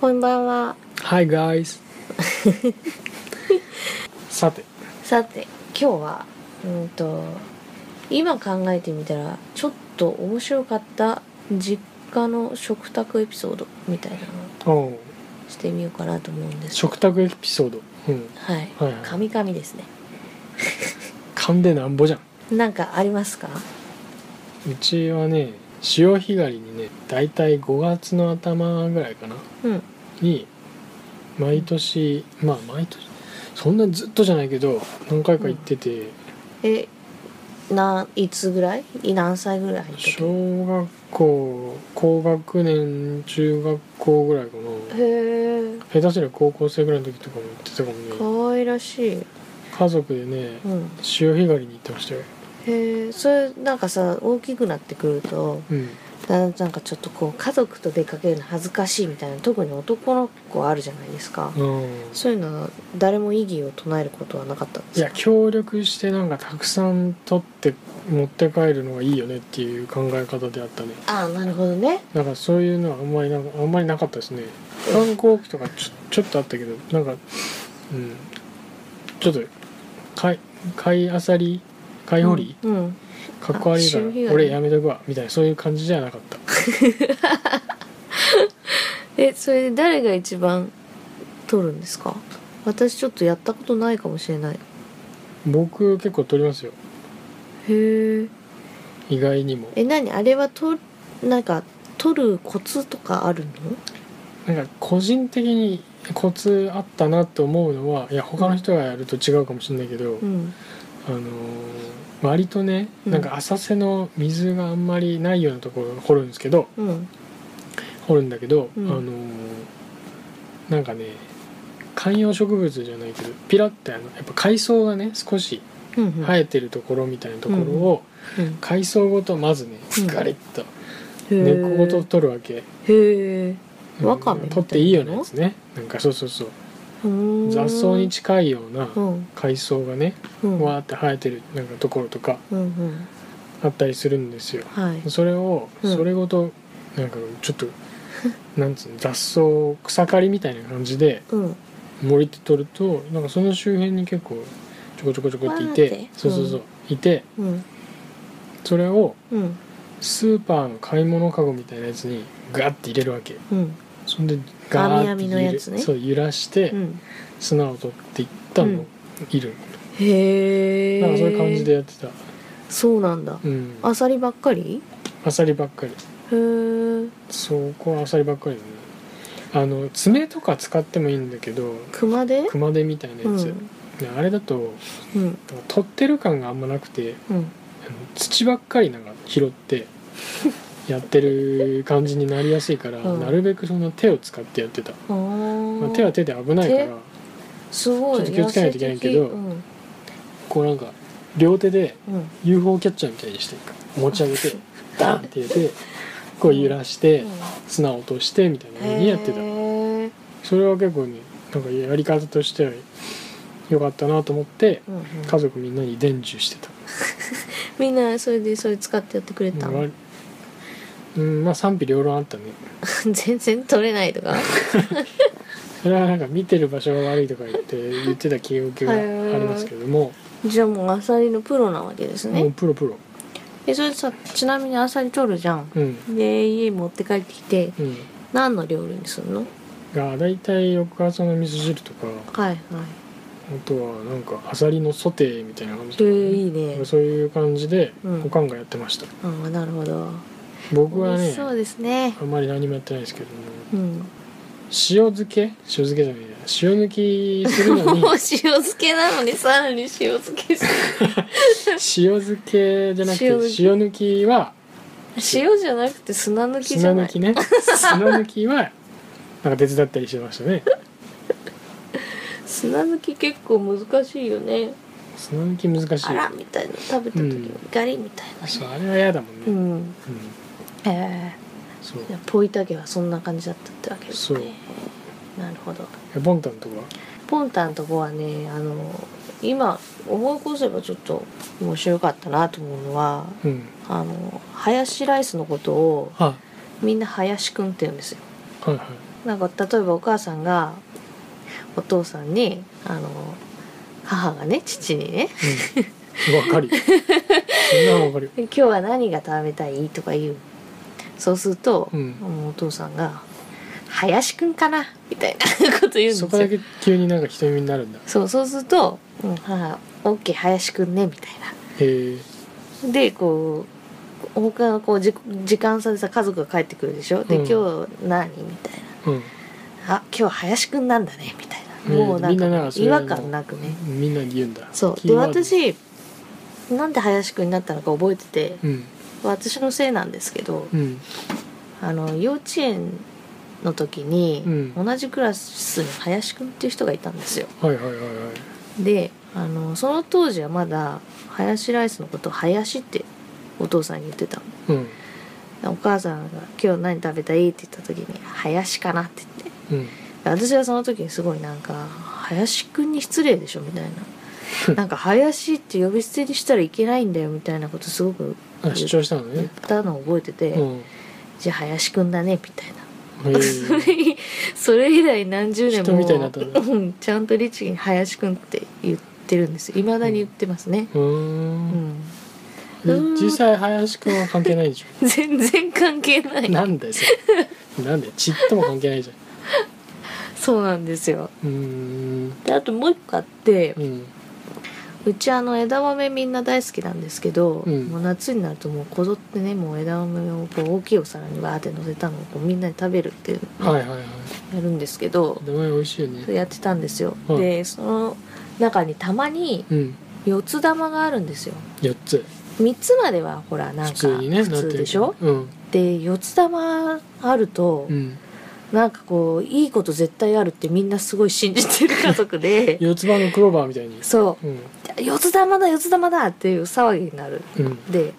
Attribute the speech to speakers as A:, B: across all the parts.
A: ばんは
B: Hi guys さて
A: さて今日はうんと今考えてみたらちょっと面白かった実家の食卓エピソードみたいなの
B: おう
A: をしてみようかなと思うんです
B: 食卓エピソードうん
A: はい
B: はいはい
A: カミカミですね
B: 噛んでなんぼじゃん
A: なんかありますか
B: うちはね潮干狩りにねだいたい5月の頭ぐらいかな
A: うん
B: に毎年まあ毎年そんなずっとじゃないけど何回か行ってて、
A: えないつぐらいい何歳ぐらいの時
B: 小学校高学年中学校ぐらいかな
A: へえ
B: 下手すりゃ高校生ぐらいの時とかも行ってたか
A: か
B: もね
A: わいらしい、
B: 家族でね
A: うん、
B: 潮干狩りに行ってましたよ
A: へえそれなんかさ大きくなってくると
B: うん
A: だなんかちょっとこう家族と出かけるの恥ずかしいみたいな特に男の子あるじゃないですか、
B: うん
A: そういうのは誰も異議を唱えることはなかったんで
B: い
A: す
B: や
A: か
B: 協力してなんかたくさん取って持って帰るのがいいよねっていう考え方であったね
A: ああなるほどね
B: なんかそういうのはあんまりなんかあんまりなかったですね反光機とかちょちょっとあったけどなんかうんちょっと買い買いあさり買い掘り、
A: うん、うん
B: かっこ悪いか
A: 潮干狩り
B: ら俺やめとくわみたいなそういう感じじゃなかった
A: えそれで誰が一番取るんですか私ちょっとやったことないかもしれない
B: 僕結構取りますよ
A: へえ
B: 意外にも
A: え何あれはとなんか取るコツとかあるの
B: なんか個人的にコツあったなと思うのはいや他の人がやると違うかもしれないけど、
A: うん
B: あのー割とね
A: うん
B: なんか浅瀬の水があんまりないようなところ掘るんですけど
A: うん
B: 掘るんだけど、
A: うん
B: あのーなんかね観葉植物じゃないけどピラッてあのやっぱ海藻がね少し
A: うんうん
B: 生えてるところみたいなところを、
A: うん
B: 海藻ごとまずね
A: うん
B: ガリッと
A: へえ
B: 根っこごと取るわけ、
A: へえ
B: うん
A: わかめみたいな
B: 取っていいようなやつねなんかそうそうそう雑
A: 雑
B: 草に近いような
A: うん
B: 海藻がね
A: うん
B: わーって生えてるなんかところとか
A: うんうん
B: あったりするんですよ
A: はい
B: それを
A: うん
B: それごとなんかちょっとなんつうの雑草草刈りみたいな感じで
A: うん
B: 森って取るとなんかその周辺に結構ちょこちょこちょこってい
A: わーって
B: てそうそうそういて
A: うん
B: それを
A: うん
B: スーパーの買い物かごみたいなやつにガッて入れるわけ
A: うん
B: そんで
A: 網
B: ガーッて
A: 網
B: 揺
A: の
B: れ
A: やつね
B: そう揺らして
A: うん
B: 砂を取っていった
A: う
B: の
A: ん
B: いる
A: へえ
B: なんかそういう感じでやってた
A: そうなんだ
B: うん
A: アサリばっかり
B: あさりばっかり
A: へえ
B: そこはアサリばっかりだねあの爪とか使ってもいいんだけど
A: 熊で
B: 熊手みたいな
A: うん
B: やつ、ねあれだと
A: うん
B: 取ってる感があんまなくて
A: うん
B: あの土ばっかりなんか拾って やってる感じになりやすいから、
A: うん
B: なるべくその手を使ってやってた、
A: あー
B: まあ、手は手で危ないから
A: すごい
B: ちょっと気をつけないといけないけど
A: 野生的
B: こうなんか両手で
A: うんうん
B: UFO キャッチャーみたいにして持ち上 げてダンって入れてこう揺らして砂を落としてみたいな風にやってた
A: へ。ー
B: それは結構ねなんかやり方としては良かったなと思って
A: うんうん
B: 家族みんなに伝授してた、
A: みんなそれでそれ使ってやってくれた
B: うんわりうんまあ賛否両論あったね
A: 全然取れないとか
B: それはなんか見てる場所が悪いとか言って言ってた記憶がありますけども
A: じゃあもうアサリのプロなわけです
B: もう
A: ね
B: プロプロ
A: えそれさちなみにアサリ取るじゃん
B: うん
A: で家持って帰ってきて
B: うん
A: 何の料理にするの
B: が大体翌朝の味噌汁とか
A: はいはい
B: あとはなんかアサリのソテーみたいな感じ
A: え
B: とかね、
A: ー、いいね
B: そういう感じで
A: うん
B: おかんがやってました、
A: ああなるほど
B: 僕
A: 美
B: は
A: 味
B: ね
A: しそうですね
B: あんまり何もやってないですけども
A: うん
B: 塩漬け塩漬けじゃないや塩抜きする のに
A: もう塩漬けなのにさらに塩漬け する
B: 塩漬けじゃなくて
A: 塩
B: 塩
A: 抜き
B: 抜きは
A: 塩じゃなくて砂抜きじ
B: 砂
A: ゃな
B: 抜
A: い
B: きね砂抜きはなんか手伝ったりしてましたね
A: 砂抜き結構難しいよね
B: 砂抜き難しい
A: あらみたいな食べた時にガリみたいな
B: そうあれは嫌だもんね、
A: う
B: うん
A: んえ
B: そう
A: えじゃあポイタゲはそんな感じだったってわけです
B: そう
A: ねなるほど
B: えボンタンとか
A: ポンタンとこはねあの今思い起こせばちょっと面白かったなと思うのは
B: うん
A: あのハヤシライスのことを
B: あ
A: みんなハヤシくんって言うんですよ
B: はいはい
A: なんか例えばお母さんがお父さんにあの母がね父にね
B: うん、わかるよそんなのわかるよ
A: 「今日は何が食べたい?」とか言うそうすると、
B: うん
A: もうお父さんが「林くんかな?」みたいなこと言うんです
B: そ
A: よ
B: こだけ急になんか瞳になるんだ
A: そうそうすると「うん、母オッケー林くんね」みたいな
B: へえ
A: でこう他のこうじ時間差でさ家族が帰ってくるでしょで、
B: うん
A: 今日何みたい
B: うん
A: な「あ今日林くんなんだね」みたいな、
B: ね
A: もうなんか
B: みんななんかそれ
A: 違和感なくね
B: みんなに言うんだ
A: そう
B: キ
A: で
B: ーワード
A: 私なんで林くんになったのか覚えてて、
B: うん
A: 私のせいなんですけど、
B: うん
A: あの幼稚園の時に、
B: うん
A: 同じクラスに林くんっていう人がいたんですよ
B: はいはいはいはい
A: であのその当時はまだ林ライスのことを「林」ってお父さんに言ってたの
B: うん
A: お母さんが「今日何食べたい?」って言った時に「林かな」って言って
B: うん
A: 私はその時にすごいなんか「林くんに失礼でしょ」みたいな なんか「林」って呼び捨てにしたらいけないんだよみたいなことすごく
B: あ主張したの
A: 言っ
B: ね
A: たのを覚えてて「
B: うんへ
A: じゃあ林くんだね」みたいな。 そ
B: え
A: れ以それ以来何十年も
B: 人みたいになったんだ
A: うんちゃんと律儀に「林くん」って言ってるんですいまだに言ってますね、
B: うー
A: うん
B: ん
A: う
B: で
A: ん
B: 実際林くんは関係ないでしょ
A: 全然関係 ない
B: なんだよそれなんでちっとも関係ないじゃん
A: そうなんですよ
B: うーん
A: であともう一個あって
B: うん
A: うちあの枝豆みんな大好きなんですけど、
B: うん
A: もう夏になるともうこぞってねもう枝豆をこう大きいお皿にバーって乗せたのをこうみんなで食べるっていうのを
B: は
A: や
B: いはいはい
A: るんですけど、
B: 名前美味しいよ
A: それ
B: ね
A: やってたんですよ、
B: うん
A: でその中にたまに
B: うん
A: 四つ玉があるんですよ
B: 4つ
A: 3つまではほらなん
B: 普
A: か
B: 通にね
A: 普
B: なって
A: 通
B: る
A: でしょ
B: うん
A: で四つ玉あると、
B: うん
A: なんかこういいこと絶対あるってみんなすごい信じてる家族 で
B: 四つ葉のクローバーみたいに
A: そ
B: うん
A: う四つ玉だ四つ玉だっていう騒ぎになる
B: うん
A: で
B: うん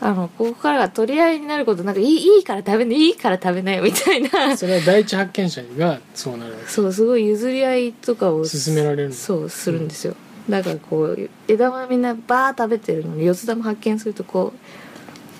A: あのここからが取り合いになることなんかいいいいから食べないいいから食べないみたいな
B: それは第一発見者がそうなるわけ
A: そうすごい譲り合いとかを
B: 勧められるの
A: そうするんですよ、だからこう枝豆みんなバーッ食べてるのに四つ玉発見するとこう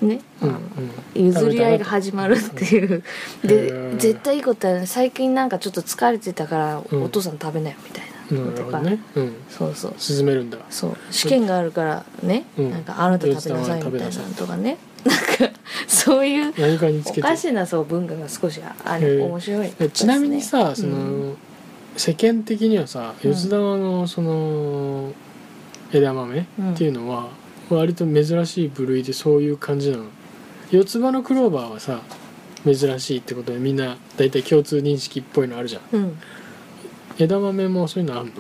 A: ね、あ
B: うん
A: の譲り合いが始まるっていう
B: うん
A: で、
B: うん
A: 絶対いいことは最近なんかちょっと疲れてたから
B: うん
A: お父さん食べなよみた
B: う
A: い
B: ん
A: な
B: な
A: と
B: る
A: か
B: ほ、どねうん
A: そうそう
B: 勧めるんだ
A: そう試験があるからね、
B: うん
A: なんかあなた食べなさいみたいなのとかねなんかそういう
B: 何かにつ
A: お
B: け
A: か
B: て
A: しなそう文化が少しああ
B: へ
A: れ
B: え
A: 面白いです
B: え
A: ね
B: ちなみにさそ
A: うん
B: の世間的にはさ
A: うん
B: 四つ玉のその枝豆っていうのは割と珍しい部類でそういう感じなの四つ葉のクローバーはさ珍しいってことでみんな大体共通認識っぽいのあるじゃん
A: うん
B: 枝豆もそういうのあるの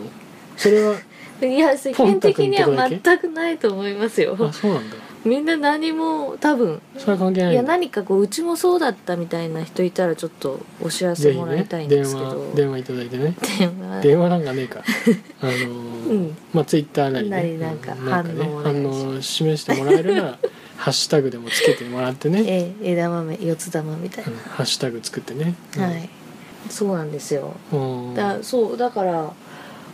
B: それはい
A: や世間的に
B: ポンタ
A: は
B: 君のとこ
A: 全くないと思いますよ
B: あそうなんだ
A: みんな何も多分
B: それは関係ないい
A: や
B: んだ
A: 何かこううちもそうだったみたいな人いたらちょっとお知らせ
B: ぜひ
A: もら
B: ね
A: いたいんで
B: 電
A: すけど
B: 話電話いただいてね
A: 電話
B: 電話なんかね えかあのー
A: うん
B: まあツイッターなり,、
A: な
B: ね、
A: りなんか
B: う
A: 反応をお願いし
B: 反
A: ます
B: 応を示してもらえるならハッシュタグでもつけてもらってね、
A: ええ枝豆四つ玉みたい
B: うんハッシュタグ作ってね、うん
A: な、はいそうなんですよ
B: うん
A: だそうだから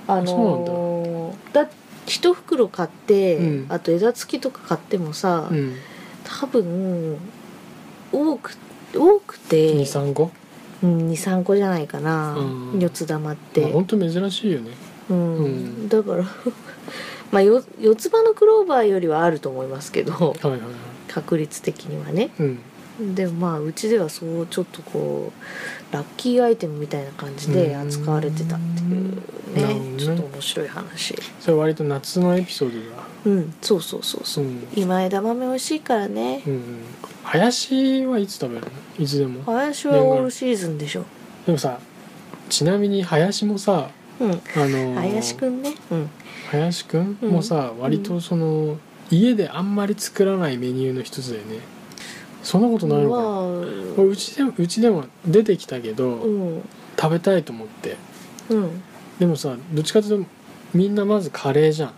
A: あ
B: そう
A: のーだ一袋買って、
B: うん
A: あと枝付きとか買ってもさ、
B: うん、
A: 多分多く多くて
B: 23個、
A: うん二三個じゃないかな、
B: うん
A: 四つ玉って、
B: まあ、ほんと珍しいよね
A: うん
B: うん
A: だから まあよ四つ葉のクローバーよりはあると思いますけ ど
B: はいはいはい
A: 確率的にはね
B: うん
A: でもまあうちではそうちょっとこうラッキーアイテムみたいな感じで扱われてたっていう
B: な
A: ね
B: るほどね
A: ちょっと面白い話
B: それ割と夏のエピソードだ、
A: うんそうそうそうそううん今枝豆美味しいからね
B: うん、林はいつ食べるのいつでも
A: 林はオールシーズンでしょ
B: でもさちなみに林もさ
A: うん
B: あのー
A: 林くんねうん
B: 林くん
A: うん
B: もさ、割とその家であんまり作らないメニューの一つだよねそんなことないのかな、こ
A: ま
B: れうちでもうちでも出てきたけど、
A: あうん
B: 食べたいと思って
A: うん
B: でもさどっちかというとみんなまずカレーじゃん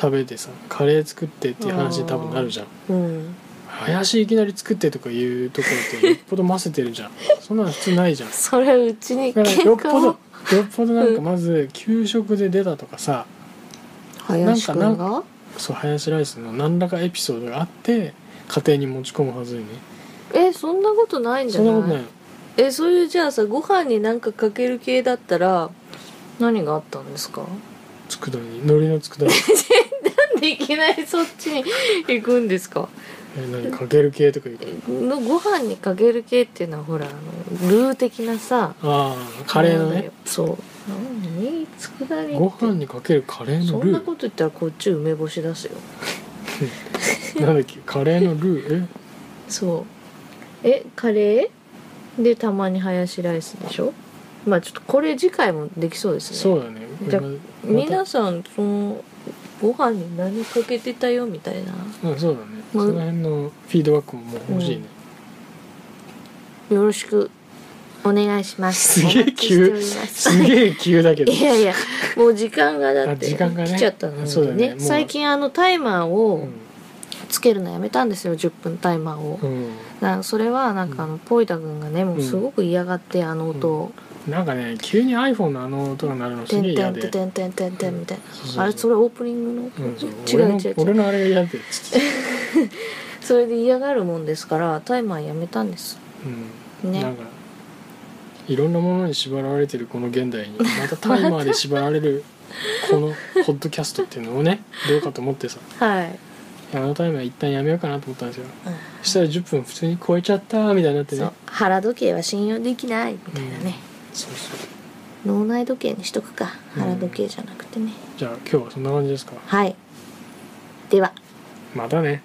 B: 食べてさカレー作ってっていう話に多分なるじゃん
A: うん
B: 林いきなり作ってとかいうところってよっぽどませてるじゃんそんなの普通ないじゃん
A: それうちに
B: だから
A: 喧
B: よっ
A: 嘩
B: ぽど
A: を
B: よっぽどなんかまず給食で出たとかさ
A: 林く
B: なんんか
A: が
B: そう林ライスの何らかエピソードがあって家庭に持ち込むはずよね
A: えそんなことないんじ
B: そ
A: ゃ
B: ん
A: な
B: ないことないの
A: えそういうじゃあさご飯になんかかける系だったら何があったんですか
B: 佃煮海苔の 佃煮
A: なんでいきなりそっちに行くんですか
B: え何かける系とか言うか
A: の
B: ら
A: ご飯にかける系っていうのはほらあのルー的なさ
B: ああカレーの
A: なんだ
B: ね
A: よそう何佃煮って
B: ご飯にかけるカレーの
A: そん
B: ル
A: な
B: ー
A: こと言ったらこっち梅干し出すよ
B: なんだっけカレーのルー
A: そうえカレーでたまにハヤシライスでしょまあちょっとこれ次回もできそうで
B: え
A: すね
B: そうだね
A: じゃ
B: ま
A: 皆さんそのご飯に何かけてたよみたいな
B: たうんそうだねそ
A: うん
B: の辺のフィードバックももう欲しいね
A: よろしくお願いします
B: すげえ
A: お待ちしております
B: すげえ急だけ ど
A: いやいやもう時間がだっ
B: あ
A: て
B: 時間がね
A: 来ちゃったのでね
B: そうだねもう
A: 最近あのタイマー
B: う
A: を
B: ん
A: つけるのやめたんですよ10分タイマーを、
B: うん
A: なそれはなんかあのポイタ君がねもうすごく嫌がってあの音を、
B: なんかね急に iPhone のあの音が鳴るのす
A: て
B: げえ
A: んて
B: 嫌
A: んて
B: で
A: んてんてんてんてんみたい
B: そうそうそう
A: なあれそれオープニングの、
B: うんそう
A: 違
B: 俺
A: う
B: の
A: 違う違
B: 俺
A: う
B: のあれが嫌で
A: それで嫌がるもんですからタイマーやめたんです
B: うん
A: ね
B: なんかいろんなものに縛られてるこの 現代にまたタイマーで縛られるこのポッドキャストっていうのをねどうかと思ってさ
A: はい
B: あのタイマー一旦やめようかなと思ったんですよそしたら10分普通に超えちゃったみたいになってね
A: そう腹時計は信用できないみたいなね、
B: そうそう
A: 脳内時計にしとくか
B: うん
A: 腹時計じゃなくてね、
B: じゃあ今日はそんな感じですか
A: はいでは
B: またね